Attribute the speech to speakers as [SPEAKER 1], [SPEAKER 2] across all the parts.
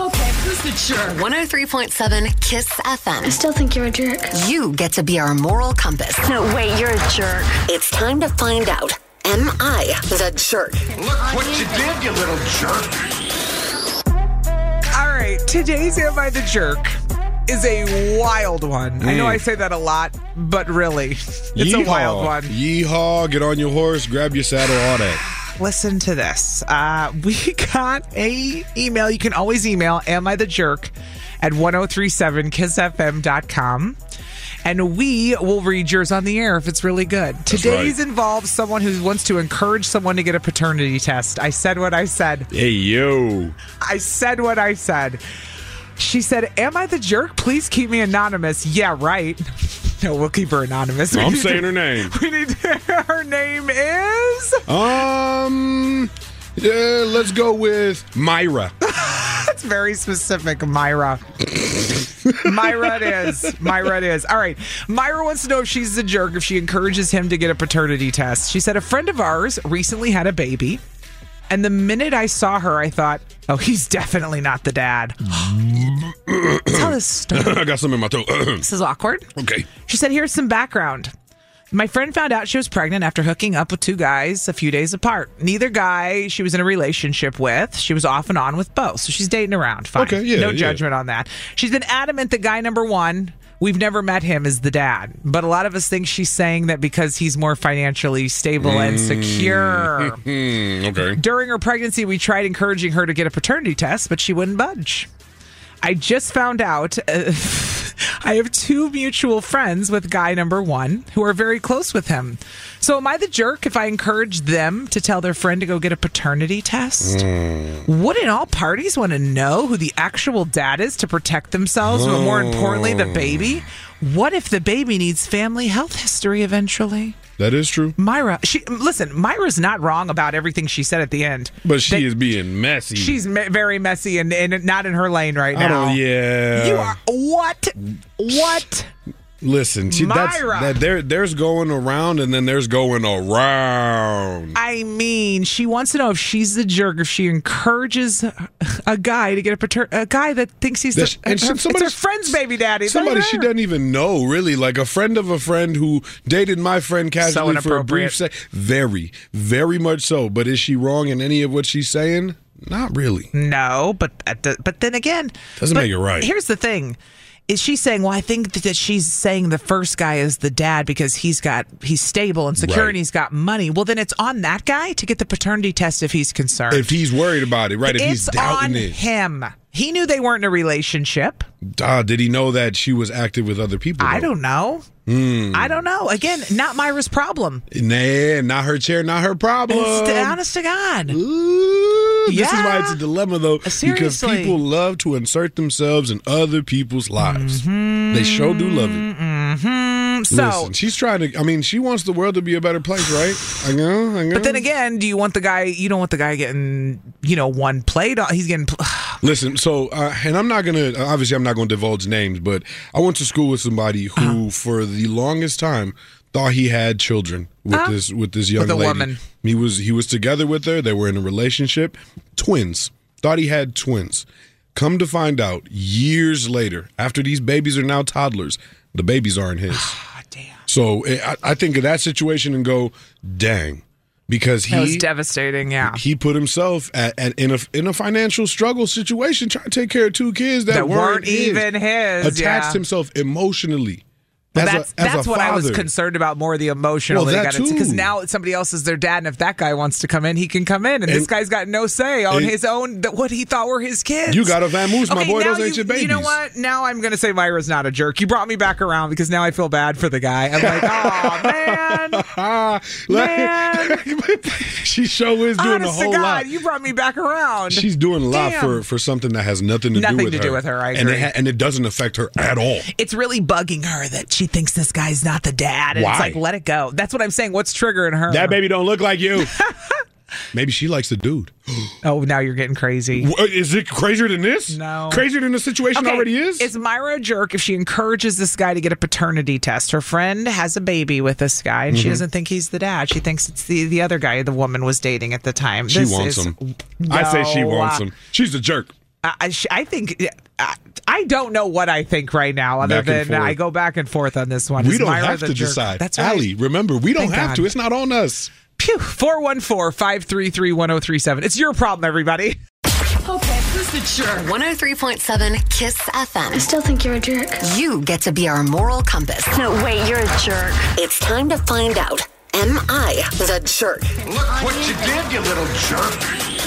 [SPEAKER 1] Okay, who's the jerk?
[SPEAKER 2] 103.7 Kiss
[SPEAKER 3] I
[SPEAKER 2] FM.
[SPEAKER 3] still think you're a jerk.
[SPEAKER 2] You get to be our moral compass.
[SPEAKER 1] No, wait, you're a jerk.
[SPEAKER 2] It's time to find out. Am I the jerk?
[SPEAKER 4] Look what you did, you little jerk.
[SPEAKER 5] All right, today's Am I the Jerk is a wild one. I know I say that a lot, but really, it's a wild one.
[SPEAKER 6] Yeehaw, get on your horse, grab your saddle, all that.
[SPEAKER 5] Listen to this. Uh, we got a email. You can always email am I the jerk at 1037kissfm.com. And we will read yours on the air if it's really good. Today's involves someone who wants to encourage someone to get a paternity test. I said what I said.
[SPEAKER 6] Hey, yo.
[SPEAKER 5] I said what I said. She said, Am I the jerk? Please keep me anonymous. Yeah, right. No, we'll keep her anonymous. We
[SPEAKER 6] I'm
[SPEAKER 5] need
[SPEAKER 6] saying
[SPEAKER 5] to-
[SPEAKER 6] her name.
[SPEAKER 5] We need to, her name is
[SPEAKER 6] Um, yeah, let's go with Myra.
[SPEAKER 5] that's very specific, Myra. Myra it is. Myra it is. All right. Myra wants to know if she's the jerk if she encourages him to get a paternity test. She said a friend of ours recently had a baby. And the minute I saw her, I thought, oh, he's definitely not the dad. Tell this story.
[SPEAKER 6] I got some in my throat.
[SPEAKER 5] This is awkward.
[SPEAKER 6] okay.
[SPEAKER 5] She said, Here's some background. My friend found out she was pregnant after hooking up with two guys a few days apart. Neither guy she was in a relationship with. She was off and on with both. So she's dating around. Fine.
[SPEAKER 6] Okay, yeah,
[SPEAKER 5] no
[SPEAKER 6] yeah.
[SPEAKER 5] judgment on that. She's been adamant that guy number one, we've never met him, is the dad. But a lot of us think she's saying that because he's more financially stable and
[SPEAKER 6] Mm.
[SPEAKER 5] secure.
[SPEAKER 6] Hmm, okay.
[SPEAKER 5] During her pregnancy, we tried encouraging her to get a paternity test, but she wouldn't budge. I just found out uh, I have two mutual friends with guy number one who are very close with him. So, am I the jerk if I encourage them to tell their friend to go get a paternity test? Wouldn't all parties want to know who the actual dad is to protect themselves, but more importantly, the baby? What if the baby needs family health history eventually?
[SPEAKER 6] That is true.
[SPEAKER 5] Myra, she listen. Myra's not wrong about everything she said at the end.
[SPEAKER 6] But she
[SPEAKER 5] They-
[SPEAKER 6] is being messy.
[SPEAKER 5] she's me- very messy and, and not in her lane right now.
[SPEAKER 6] I don't, Mm. Oh, yeah.
[SPEAKER 5] You are what? What?
[SPEAKER 6] Listen, she, that's,
[SPEAKER 5] Myra.
[SPEAKER 6] that there, there's going around and then there's going around.
[SPEAKER 5] I mean, she wants to know if she's the jerk if she encourages a guy to get a pater- a guy that thinks he's
[SPEAKER 6] That's-
[SPEAKER 5] the,
[SPEAKER 6] and
[SPEAKER 5] her,
[SPEAKER 6] some-
[SPEAKER 5] it's
[SPEAKER 6] somebody-
[SPEAKER 5] her friend's baby daddy. It's
[SPEAKER 6] Somebody
[SPEAKER 5] like
[SPEAKER 6] she
[SPEAKER 5] her.
[SPEAKER 6] doesn't even know, really. Like a friend of a friend who dated my friend casually for a
[SPEAKER 5] inappropriate.
[SPEAKER 6] brief sec. Very, very much so. But is she wrong in any of what she's saying? Not really.
[SPEAKER 5] No, but that do- but then again,
[SPEAKER 6] Doesn't
[SPEAKER 5] but
[SPEAKER 6] make it right.
[SPEAKER 5] Here's the thing: is she saying? Well, I think that she's saying the first guy is the dad because he's got he's stable and secure
[SPEAKER 6] Right.
[SPEAKER 5] and he's got money. Well, then it's on that guy to get the paternity test if he's concerned.
[SPEAKER 6] If he's worried about it, right? If he's
[SPEAKER 5] it's on
[SPEAKER 6] doubting it.
[SPEAKER 5] him. He knew they weren't in a relationship.
[SPEAKER 6] Ah, did he know that she was active with other people?
[SPEAKER 5] I
[SPEAKER 6] though?
[SPEAKER 5] don't know.
[SPEAKER 6] Hmm.
[SPEAKER 5] I don't know. Again, not Myra's problem.
[SPEAKER 6] Nah, not her chair, not her problem.
[SPEAKER 5] It's the- honest to God.
[SPEAKER 6] Ooh, This is why
[SPEAKER 5] Yeah.
[SPEAKER 6] it's a dilemma, though, because
[SPEAKER 5] Seriously.
[SPEAKER 6] people love to insert themselves in other people's lives. They sure do love it.
[SPEAKER 5] Mm, so,
[SPEAKER 6] Listen, she's trying to. I mean, she wants the world to be a better place, right? I know, I know.
[SPEAKER 5] but then again, do you want the guy? You don't want the guy getting, you know, one plate. He's getting. pl-
[SPEAKER 6] listen. So, uh, and I'm not gonna. Obviously, I'm not gonna divulge names, but I went to school with somebody who,
[SPEAKER 5] Uh-huh.
[SPEAKER 6] for the longest time, thought he had children with this with this young
[SPEAKER 5] With a
[SPEAKER 6] lady.
[SPEAKER 5] woman.
[SPEAKER 6] He was he was together with her. They were in a relationship. Twins. Thought he had twins. Come to find out, years later, after these babies are now toddlers, the babies aren't his. eh,
[SPEAKER 5] God Ah, damn.
[SPEAKER 6] So I, I think of that situation and go, dang, because
[SPEAKER 5] That was
[SPEAKER 6] he
[SPEAKER 5] devastating. Yeah.
[SPEAKER 6] he put himself at, at, in a in a financial struggle situation trying to take care of two kids that,
[SPEAKER 5] That weren't
[SPEAKER 6] his.
[SPEAKER 5] even his,
[SPEAKER 6] attached
[SPEAKER 5] yeah.
[SPEAKER 6] himself emotionally.
[SPEAKER 5] Well,
[SPEAKER 6] as a-
[SPEAKER 5] that's
[SPEAKER 6] as a
[SPEAKER 5] that's what I was
[SPEAKER 6] father.
[SPEAKER 5] concerned about more the emotional
[SPEAKER 6] Well,
[SPEAKER 5] they
[SPEAKER 6] that
[SPEAKER 5] got into because
[SPEAKER 6] too.
[SPEAKER 5] now somebody else is their dad, and if that guy wants to come in, he can come in, and, this
[SPEAKER 6] And-
[SPEAKER 5] guy's got no say on
[SPEAKER 6] and-
[SPEAKER 5] his own that what he thought were his kids.
[SPEAKER 6] You gotta vamoose, my
[SPEAKER 5] Okay,
[SPEAKER 6] boy.
[SPEAKER 5] now
[SPEAKER 6] Those ain't
[SPEAKER 5] you,
[SPEAKER 6] your
[SPEAKER 5] You know
[SPEAKER 6] babies.
[SPEAKER 5] what? Now I'm gonna say Myra's not a jerk. You brought me back around because now I feel bad for the guy. I'm like, oh man.
[SPEAKER 6] Ah,
[SPEAKER 5] Man.
[SPEAKER 6] she sure is doing
[SPEAKER 5] Honest
[SPEAKER 6] a
[SPEAKER 5] to
[SPEAKER 6] whole
[SPEAKER 5] God,
[SPEAKER 6] lot.
[SPEAKER 5] you brought me back around.
[SPEAKER 6] She's doing a lot
[SPEAKER 5] Damn.
[SPEAKER 6] for, for something that has nothing to do
[SPEAKER 5] Nothing
[SPEAKER 6] with
[SPEAKER 5] to
[SPEAKER 6] her.
[SPEAKER 5] do with her, I
[SPEAKER 6] And it,
[SPEAKER 5] agree.
[SPEAKER 6] ha- and it doesn't affect her at all.
[SPEAKER 5] it's really bugging her that she thinks this guy's not the dad, and
[SPEAKER 6] Why?
[SPEAKER 5] it's like, let it go. That's what I'm saying. What's triggering her?
[SPEAKER 6] That baby don't look like you. Maybe she likes the dude.
[SPEAKER 5] Oh, now you're getting crazy.
[SPEAKER 6] Wha- Is it crazier than this?
[SPEAKER 5] No.
[SPEAKER 6] Crazier than the situation already is?
[SPEAKER 5] Is Myra a jerk if she encourages this guy to get a paternity test? Her friend has a baby with this guy, and
[SPEAKER 6] Mm-hmm.
[SPEAKER 5] she doesn't think he's the dad. She thinks it's the, the other guy the woman was dating at the time.
[SPEAKER 6] she
[SPEAKER 5] This
[SPEAKER 6] wants
[SPEAKER 5] is-
[SPEAKER 6] him. I say she
[SPEAKER 5] No,
[SPEAKER 6] wants
[SPEAKER 5] uh,
[SPEAKER 6] him. She's a jerk.
[SPEAKER 5] I, I, sh- I think. I, I don't know what I think right now, other
[SPEAKER 6] Back and
[SPEAKER 5] than
[SPEAKER 6] forth.
[SPEAKER 5] I go back and forth on this one.
[SPEAKER 6] We
[SPEAKER 5] Is
[SPEAKER 6] don't
[SPEAKER 5] Myra
[SPEAKER 6] have
[SPEAKER 5] the
[SPEAKER 6] to
[SPEAKER 5] jerk?
[SPEAKER 6] decide.
[SPEAKER 5] That's right.
[SPEAKER 6] Allie, remember, we don't
[SPEAKER 5] Thank
[SPEAKER 6] have
[SPEAKER 5] God.
[SPEAKER 6] to. It's not on us.
[SPEAKER 5] Pew. 414 533 1037. It's your problem, everybody.
[SPEAKER 1] Okay, who's the jerk?
[SPEAKER 2] 103.7 Kiss FM.
[SPEAKER 3] Still think you're a jerk.
[SPEAKER 2] You get to be our moral compass.
[SPEAKER 1] No, wait, you're a jerk.
[SPEAKER 2] It's time to find out. Am I the jerk?
[SPEAKER 4] Look what you did, you little jerk.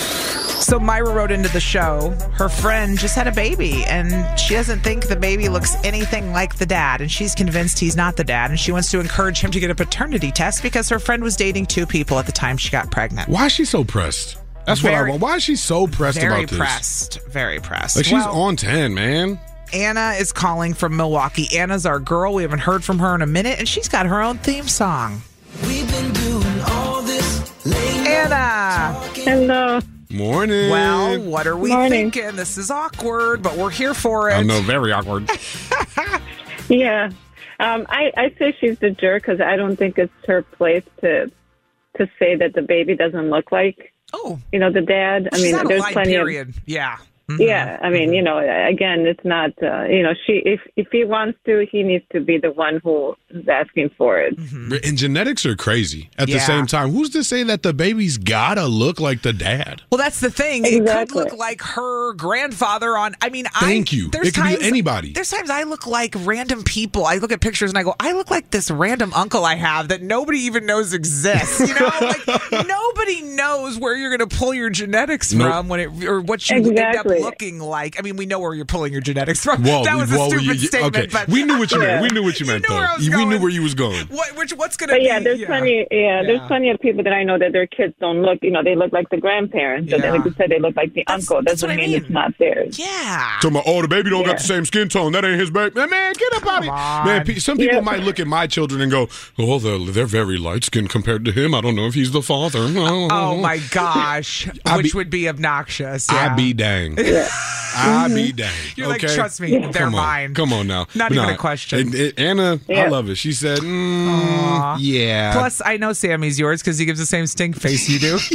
[SPEAKER 5] So Myra wrote into the show, her friend just had a baby and she doesn't think the baby looks anything like the dad and she's convinced he's not the dad and she wants to encourage him to get a paternity test because her friend was dating two people at the time she got pregnant.
[SPEAKER 6] Why is she so pressed? That's what I
[SPEAKER 5] Very-
[SPEAKER 6] want. Why is she so pressed
[SPEAKER 5] Very
[SPEAKER 6] about this?
[SPEAKER 5] pressed. Very pressed.
[SPEAKER 6] Like she's
[SPEAKER 5] Well,
[SPEAKER 6] on 10, man.
[SPEAKER 5] Anna is calling from Milwaukee. Anna's our girl. We haven't heard from her in a minute and she's got her own theme song. Anna.
[SPEAKER 7] Hello.
[SPEAKER 6] Morning.
[SPEAKER 5] Well, what are we
[SPEAKER 7] Morning.
[SPEAKER 5] thinking? This is awkward, but we're here for it.
[SPEAKER 6] I know, very awkward.
[SPEAKER 7] Yeah. Um, I, I say she's the jerk because I don't think it's her place to to say that the baby doesn't look like
[SPEAKER 5] Oh,
[SPEAKER 7] you know the dad. I
[SPEAKER 5] she's
[SPEAKER 7] mean,
[SPEAKER 5] out of
[SPEAKER 7] there's
[SPEAKER 5] line,
[SPEAKER 7] plenty of
[SPEAKER 5] period. Yeah. Mhm.
[SPEAKER 7] yeah. I mean, you know, again, it's not uh, you know she if if he wants to, he needs to be the one who is asking for it.
[SPEAKER 5] Mm-hmm.
[SPEAKER 6] and genetics are crazy at the
[SPEAKER 5] Yeah.
[SPEAKER 6] same time. Who's to say that the baby's gotta look like the dad?
[SPEAKER 5] Well, that's the thing. It could
[SPEAKER 7] Exactly.
[SPEAKER 5] look like her grandfather on. I mean,
[SPEAKER 6] Thank
[SPEAKER 5] I,
[SPEAKER 6] you. It could be anybody.
[SPEAKER 5] There's times I look like random people. I look at pictures and I go, I look like this random uncle I have that nobody even knows exists. You know, like nobody knows where you're going to pull your genetics
[SPEAKER 6] Nope.
[SPEAKER 5] from when it or what you end up
[SPEAKER 7] Exactly.
[SPEAKER 5] looking like. I mean, we know where you're pulling your genetics from.
[SPEAKER 6] Whoa,
[SPEAKER 5] that was a
[SPEAKER 6] whoa,
[SPEAKER 5] stupid
[SPEAKER 6] you- you-
[SPEAKER 5] statement.
[SPEAKER 6] okay.
[SPEAKER 5] But
[SPEAKER 6] we knew what you meant. We knew what you
[SPEAKER 5] You
[SPEAKER 6] meant,
[SPEAKER 5] knew where I was
[SPEAKER 6] though. We knew
[SPEAKER 5] going.
[SPEAKER 6] where you was going.
[SPEAKER 5] What, which what's going to
[SPEAKER 7] But
[SPEAKER 5] be?
[SPEAKER 7] yeah, there's plenty. Yeah,
[SPEAKER 5] Yeah.
[SPEAKER 7] there's plenty of people that I know that their kids don't look. You know, they look like the grandparents, and
[SPEAKER 5] Yeah.
[SPEAKER 7] like you said, they look like the
[SPEAKER 5] That's-
[SPEAKER 7] uncle.
[SPEAKER 5] that's
[SPEAKER 7] Doesn't
[SPEAKER 5] what I
[SPEAKER 7] mean,
[SPEAKER 5] mean.
[SPEAKER 7] it's not theirs.
[SPEAKER 5] Yeah.
[SPEAKER 6] Talking about, oh, the baby don't got
[SPEAKER 7] Yeah.
[SPEAKER 6] the same skin tone. That ain't his baby. Man, man, get up out of
[SPEAKER 5] on.
[SPEAKER 6] here. Man, pe- some people
[SPEAKER 7] Yeah.
[SPEAKER 6] might look at my children and go, oh, they're, they're very light skinned compared to him. I don't know if he's the father.
[SPEAKER 5] Oh my gosh,
[SPEAKER 6] I
[SPEAKER 5] which
[SPEAKER 6] Mm-hmm. be-
[SPEAKER 5] would be obnoxious.
[SPEAKER 6] I
[SPEAKER 5] yeah. Mm-hmm.
[SPEAKER 6] be dang. I be dang.
[SPEAKER 5] You're
[SPEAKER 6] okay?
[SPEAKER 5] like, trust me, they're
[SPEAKER 6] Come on.
[SPEAKER 5] mine.
[SPEAKER 6] Come on now.
[SPEAKER 5] Not even a question.
[SPEAKER 6] And- and Anna, I
[SPEAKER 7] Yeah.
[SPEAKER 6] love it. She said, mm, yeah.
[SPEAKER 5] Plus, I know Sammy's yours because he gives the same stink face you do.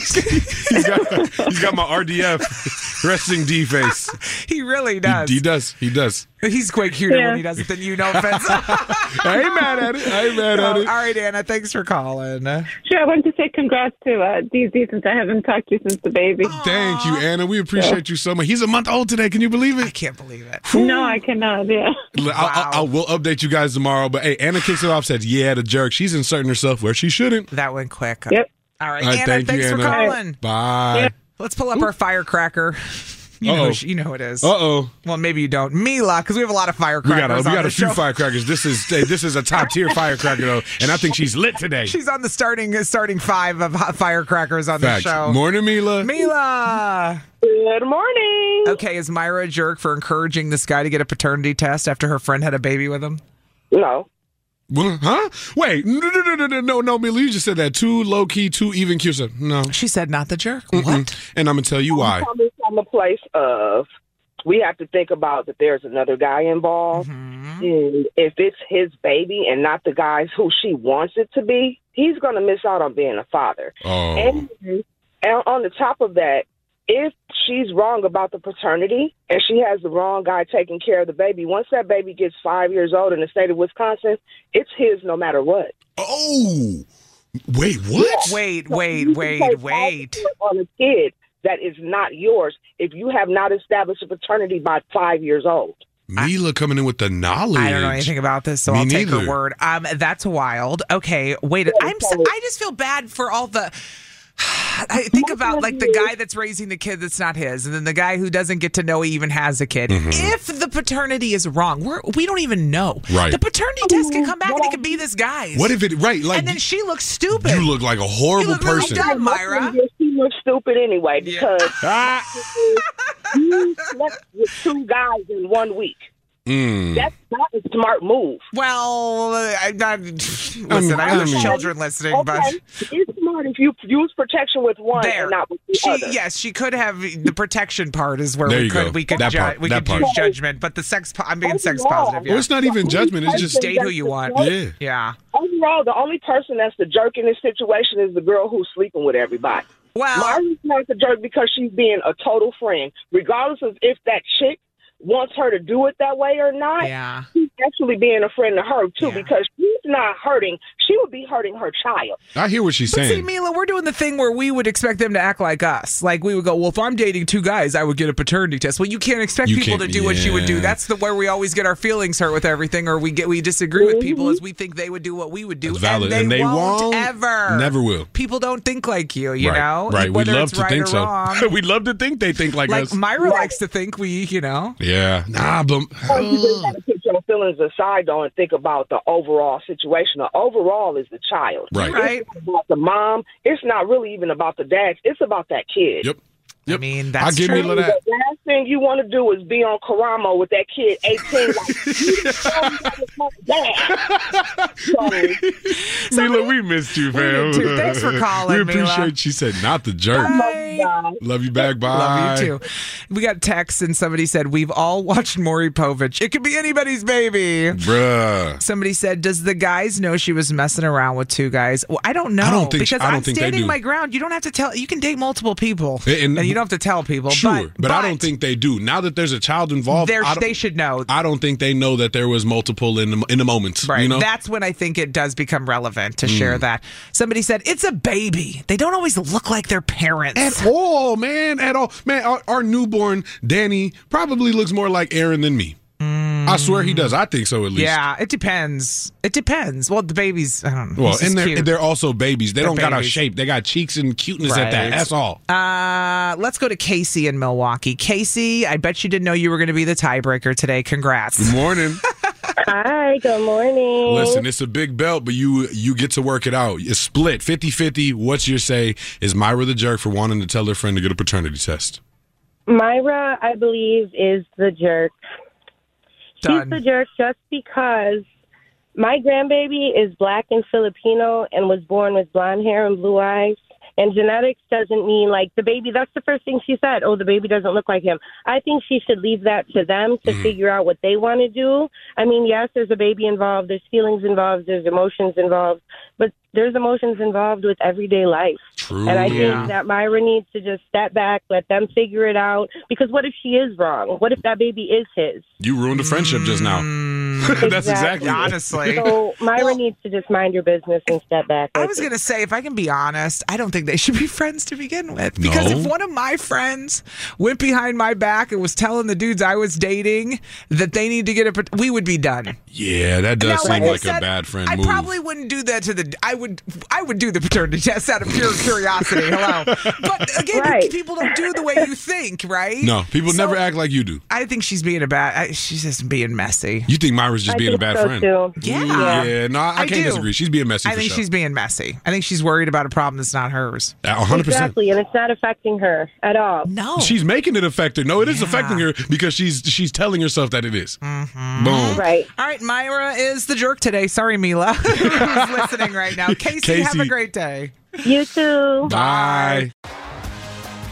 [SPEAKER 6] he's got he's got my RDF resting D face.
[SPEAKER 5] he really
[SPEAKER 6] He,
[SPEAKER 5] does.
[SPEAKER 6] he does. He does.
[SPEAKER 5] He's quite cuter
[SPEAKER 7] Yeah.
[SPEAKER 5] when he does it than you. No offense.
[SPEAKER 6] I ain't mad at it. I ain't mad at
[SPEAKER 5] all
[SPEAKER 6] it.
[SPEAKER 5] right, Anna. Thanks for calling.
[SPEAKER 7] Sure, I wanted to say congrats to uh, DZ since I haven't talked to you since the baby.
[SPEAKER 6] Thank you, Anna. We appreciate you so much. He's a month old today. Can you believe
[SPEAKER 5] I
[SPEAKER 6] it?
[SPEAKER 5] can't believe it.
[SPEAKER 7] No, I cannot. Yeah.
[SPEAKER 6] I'll, I'll, I'll, we'll update you guys tomorrow. But hey, Anna kicks it off. Says, "Yeah, the jerk. She's inserting herself where she shouldn't."
[SPEAKER 5] That went quick.
[SPEAKER 7] Yep.
[SPEAKER 5] All right,
[SPEAKER 6] All right,
[SPEAKER 5] Anna.
[SPEAKER 6] thank you,
[SPEAKER 5] thanks for
[SPEAKER 6] Anna.
[SPEAKER 5] calling.
[SPEAKER 6] Bye.
[SPEAKER 5] Let's pull up our firecracker. You know,
[SPEAKER 6] Uh-oh.
[SPEAKER 5] who she- you know who it is.
[SPEAKER 6] Uh oh.
[SPEAKER 5] Well, maybe you don't, Mila, because we have a lot of
[SPEAKER 6] We
[SPEAKER 5] firecrackers.
[SPEAKER 6] got a, we
[SPEAKER 5] on
[SPEAKER 6] got
[SPEAKER 5] the
[SPEAKER 6] a few
[SPEAKER 5] show.
[SPEAKER 6] firecrackers. This is hey, this is a top tier firecracker though, and I think she's lit today.
[SPEAKER 5] She's on the starting starting five of hot firecrackers on
[SPEAKER 6] Facts.
[SPEAKER 5] the show.
[SPEAKER 6] Morning, Mila.
[SPEAKER 5] Mila.
[SPEAKER 7] Good morning.
[SPEAKER 5] Okay, is Myra a jerk for encouraging this guy to get a paternity test after her friend had a baby with him?
[SPEAKER 7] No.
[SPEAKER 6] Well, huh? Wait, no, no, no, no, no, no, no, Mila, you just said that. Too low key, too even key. So, No.
[SPEAKER 5] She said not the jerk. What? Oh,
[SPEAKER 6] And I'm going to tell you why.
[SPEAKER 8] coming from a place of we have to think about that there's another guy involved. And if it's his baby and not the guy's who she wants it to be, he's going to miss out on being a father.
[SPEAKER 6] Oh.
[SPEAKER 7] Mm-hmm.
[SPEAKER 8] And, and on the top of that, if she's wrong about the paternity and she has the wrong guy taking care of the baby, once that baby gets five years old in the state of Wisconsin, it's his no matter what.
[SPEAKER 6] Oh. Wait, what?
[SPEAKER 5] Wait,
[SPEAKER 8] So
[SPEAKER 5] wait,
[SPEAKER 8] you can
[SPEAKER 5] wait,
[SPEAKER 8] take all
[SPEAKER 5] wait.
[SPEAKER 8] the weight On a kid that is not yours if you have not established a paternity by five years old.
[SPEAKER 6] Mila coming in with the knowledge.
[SPEAKER 5] I don't know anything about this, so
[SPEAKER 6] Me
[SPEAKER 5] I'll take her
[SPEAKER 6] neither.
[SPEAKER 5] word. Um, that's wild. Okay, wait. I'm. s- I just feel bad for all the. I think about like the guy that's raising the kid that's not his, and then the guy who doesn't get to know he even has a kid.
[SPEAKER 6] Mm-hmm.
[SPEAKER 5] If the paternity is wrong, we're, we don't even know.
[SPEAKER 6] Right. Oh,
[SPEAKER 5] The paternity test can come back and it could be this guy's.
[SPEAKER 6] What if it right? Like
[SPEAKER 5] and then she looks stupid.
[SPEAKER 6] you look like a horrible
[SPEAKER 5] look really
[SPEAKER 6] person.
[SPEAKER 5] dumb. Myra.
[SPEAKER 8] She looks stupid anyway because
[SPEAKER 6] Ah.
[SPEAKER 8] you slept with two guys in one week.
[SPEAKER 6] Mm.
[SPEAKER 8] That's not a smart move.
[SPEAKER 5] well, I'm not. Listen, I,
[SPEAKER 6] I
[SPEAKER 5] have
[SPEAKER 6] mean-
[SPEAKER 5] children listening,
[SPEAKER 8] Okay,
[SPEAKER 5] but.
[SPEAKER 8] it's smart if you use protection with one
[SPEAKER 5] there.
[SPEAKER 8] and not with the
[SPEAKER 5] she,
[SPEAKER 8] other.
[SPEAKER 5] Yes, she could have the protection part is where
[SPEAKER 6] There
[SPEAKER 5] we
[SPEAKER 6] you
[SPEAKER 5] could
[SPEAKER 6] go.
[SPEAKER 5] we could
[SPEAKER 6] That
[SPEAKER 5] ju-
[SPEAKER 6] part,
[SPEAKER 5] we
[SPEAKER 6] that
[SPEAKER 5] could
[SPEAKER 6] part.
[SPEAKER 5] use judgment, but the sex po- I'm
[SPEAKER 8] Oh,
[SPEAKER 5] being sex
[SPEAKER 8] Overall.
[SPEAKER 5] positive.
[SPEAKER 6] Well,
[SPEAKER 5] Yeah.
[SPEAKER 6] it's not even judgment. It's just
[SPEAKER 5] Date who you want.
[SPEAKER 6] yeah.
[SPEAKER 5] yeah.
[SPEAKER 8] Overall, the only person that's the jerk in this situation is the girl who's sleeping with everybody.
[SPEAKER 5] Well,
[SPEAKER 8] Marley's not the jerk because she's being a total friend, regardless of if that chick wants her to do it that way or not.
[SPEAKER 5] yeah.
[SPEAKER 8] She's actually being a friend to her too
[SPEAKER 5] Yeah.
[SPEAKER 8] because she's not hurting. She would be hurting her child.
[SPEAKER 6] I hear what she's
[SPEAKER 5] But see,
[SPEAKER 6] saying.
[SPEAKER 5] Mila, we're doing the thing where we would expect them to act like us. Like we would go, well, if I'm dating two guys, I would get a paternity test. Well, you can't expect
[SPEAKER 6] You
[SPEAKER 5] people
[SPEAKER 6] can't-
[SPEAKER 5] to do what you would do.
[SPEAKER 6] yeah.
[SPEAKER 5] That's the where we always get our feelings hurt with everything, or we get we disagree with people as we think they would do what we would do,
[SPEAKER 6] That's valid.
[SPEAKER 5] and they,
[SPEAKER 6] And they
[SPEAKER 5] won't,
[SPEAKER 6] won't,
[SPEAKER 5] ever,
[SPEAKER 6] never will.
[SPEAKER 5] People don't think like you, you
[SPEAKER 6] right.
[SPEAKER 5] know.
[SPEAKER 6] right. We
[SPEAKER 5] Whether
[SPEAKER 6] love
[SPEAKER 5] it's
[SPEAKER 6] to
[SPEAKER 5] right
[SPEAKER 6] think
[SPEAKER 5] or
[SPEAKER 6] so.
[SPEAKER 5] wrong.
[SPEAKER 6] we love to think they think like,
[SPEAKER 5] like
[SPEAKER 6] us.
[SPEAKER 5] Myra likes to think we, you know.
[SPEAKER 6] yeah. Nah, but
[SPEAKER 5] Oh,
[SPEAKER 8] But you just got to put your feelings aside though and think about the overall situation. The overall is the child.
[SPEAKER 6] right.
[SPEAKER 5] Right.
[SPEAKER 8] It's not about the mom. It's not really even about the dad. It's about that kid.
[SPEAKER 6] Yep. Yep.
[SPEAKER 5] I mean,
[SPEAKER 6] I
[SPEAKER 5] that's
[SPEAKER 6] give
[SPEAKER 5] true.
[SPEAKER 6] Mila that.
[SPEAKER 8] The last thing you want to do is be on Karamo with that kid, eighteen. Like, you didn't tell me that was my dad. So,
[SPEAKER 6] Mila, we missed you, fam.
[SPEAKER 5] did too. Thanks for calling,
[SPEAKER 6] we
[SPEAKER 5] Mila.
[SPEAKER 6] appreciate she said not the jerk.
[SPEAKER 5] Bye.
[SPEAKER 8] uh,
[SPEAKER 6] Love you back. Bye.
[SPEAKER 5] Love you too. We got texts and somebody said we've all watched Maury Povich. It could be anybody's baby.
[SPEAKER 6] Bruh.
[SPEAKER 5] Somebody said, "Does the guys know she was messing around with two guys?" Well, I don't know.
[SPEAKER 6] I don't think-
[SPEAKER 5] because
[SPEAKER 6] I don't
[SPEAKER 5] am
[SPEAKER 6] think they
[SPEAKER 5] standing
[SPEAKER 6] do.
[SPEAKER 5] my ground. You don't have to tell. You can date multiple people,
[SPEAKER 6] And- and-
[SPEAKER 5] you don't have to tell people.
[SPEAKER 6] Sure. But,
[SPEAKER 5] but,
[SPEAKER 6] I don't think they do. Now that there's a child involved,
[SPEAKER 5] they're-
[SPEAKER 6] I don't,
[SPEAKER 5] they should know.
[SPEAKER 6] I don't think they know that there was multiple in the in the moment.
[SPEAKER 5] Right.
[SPEAKER 6] You know? Hmm.
[SPEAKER 5] That's when I think it does become relevant to share that. Somebody said, It's a baby. They don't always look like their parents.
[SPEAKER 6] at all, man. At all, man. Our, our newborn Danny probably looks more like Aaron than me. I swear he does. I think so at least.
[SPEAKER 5] Yeah, it depends. It depends. Well, the baby's I don't know.
[SPEAKER 6] Well,
[SPEAKER 5] He's just
[SPEAKER 6] and they're
[SPEAKER 5] cute.
[SPEAKER 6] they're also babies. They
[SPEAKER 5] They're
[SPEAKER 6] don't got a
[SPEAKER 5] babies.
[SPEAKER 6] shape. They got cheeks and cuteness at
[SPEAKER 5] Right.
[SPEAKER 6] that. That's all.
[SPEAKER 5] uh, let's go to Casey in Milwaukee. Casey, I bet you didn't know you were going to be the tiebreaker today. Congrats.
[SPEAKER 6] Morning.
[SPEAKER 7] Hi, good
[SPEAKER 5] Oh.
[SPEAKER 7] morning.
[SPEAKER 6] Listen, it's a big belt, but you you get to work it out. It's split 50-50. What's your say? Is Myra the jerk for wanting to tell her friend to get a paternity test?
[SPEAKER 7] Myra, I believe, is the jerk. She's the
[SPEAKER 5] Done.
[SPEAKER 7] jerk just because my grandbaby is black and Filipino and was born with blonde hair and blue eyes. And genetics doesn't mean like the baby. That's the first thing she said. Oh, the baby doesn't look like him. I think she should leave that to them
[SPEAKER 5] Mm.
[SPEAKER 7] to figure out what they want to do. I mean, yes, there's a baby involved, there's feelings involved, there's emotions involved, but there's emotions involved with everyday life.
[SPEAKER 6] True.
[SPEAKER 7] And I think
[SPEAKER 5] Yeah.
[SPEAKER 7] that Myra needs to just step back, let them figure it out. Because what if she is wrong? What if that baby is his?
[SPEAKER 6] You ruined a friendship just now. That's exactly.
[SPEAKER 7] Exactly.
[SPEAKER 5] Mm. Honestly.
[SPEAKER 7] So Myra needs to just mind your business and step back.
[SPEAKER 5] I
[SPEAKER 7] Like,
[SPEAKER 5] was going to say, if I can be honest, I don't think they should be friends to begin with. Because
[SPEAKER 6] No.
[SPEAKER 5] if one of my friends went behind my back and was telling the dudes I was dating that they need to get a, pat- we would be done.
[SPEAKER 6] Yeah, that does
[SPEAKER 5] Now,
[SPEAKER 6] seem
[SPEAKER 5] I
[SPEAKER 6] like a
[SPEAKER 5] said,
[SPEAKER 6] bad friend
[SPEAKER 5] I
[SPEAKER 6] move.
[SPEAKER 5] probably wouldn't do that to the. I would. I would do the paternity test out of pure curiosity. Hello, but again,
[SPEAKER 7] Right.
[SPEAKER 5] people don't do the way you think, right?
[SPEAKER 6] no, people
[SPEAKER 5] So,
[SPEAKER 6] never act like you do.
[SPEAKER 5] I think she's being a bad. I, she's just being messy.
[SPEAKER 6] You think Myra's just
[SPEAKER 7] I
[SPEAKER 6] being a
[SPEAKER 7] think
[SPEAKER 6] bad
[SPEAKER 7] so
[SPEAKER 6] friend?
[SPEAKER 7] Too.
[SPEAKER 5] Yeah.
[SPEAKER 6] Yeah, no, I, I
[SPEAKER 5] I do.
[SPEAKER 6] can't disagree. She's being messy.
[SPEAKER 5] I
[SPEAKER 6] for
[SPEAKER 5] think
[SPEAKER 6] sure.
[SPEAKER 5] she's being messy. I think she's worried about a problem that's not hers.
[SPEAKER 6] A hundred percent.
[SPEAKER 7] Exactly, and it's not affecting her at all.
[SPEAKER 5] No,
[SPEAKER 6] She's making it affect her. No, it is
[SPEAKER 5] Yeah.
[SPEAKER 6] affecting her because she's she's telling herself that it is. Boom.
[SPEAKER 7] Right.
[SPEAKER 5] All Mm-hmm. right, Myra is the jerk today. Sorry, Mila, who's listening right now. Casey, have a
[SPEAKER 6] Casey.
[SPEAKER 5] great day.
[SPEAKER 7] You too.
[SPEAKER 6] Bye.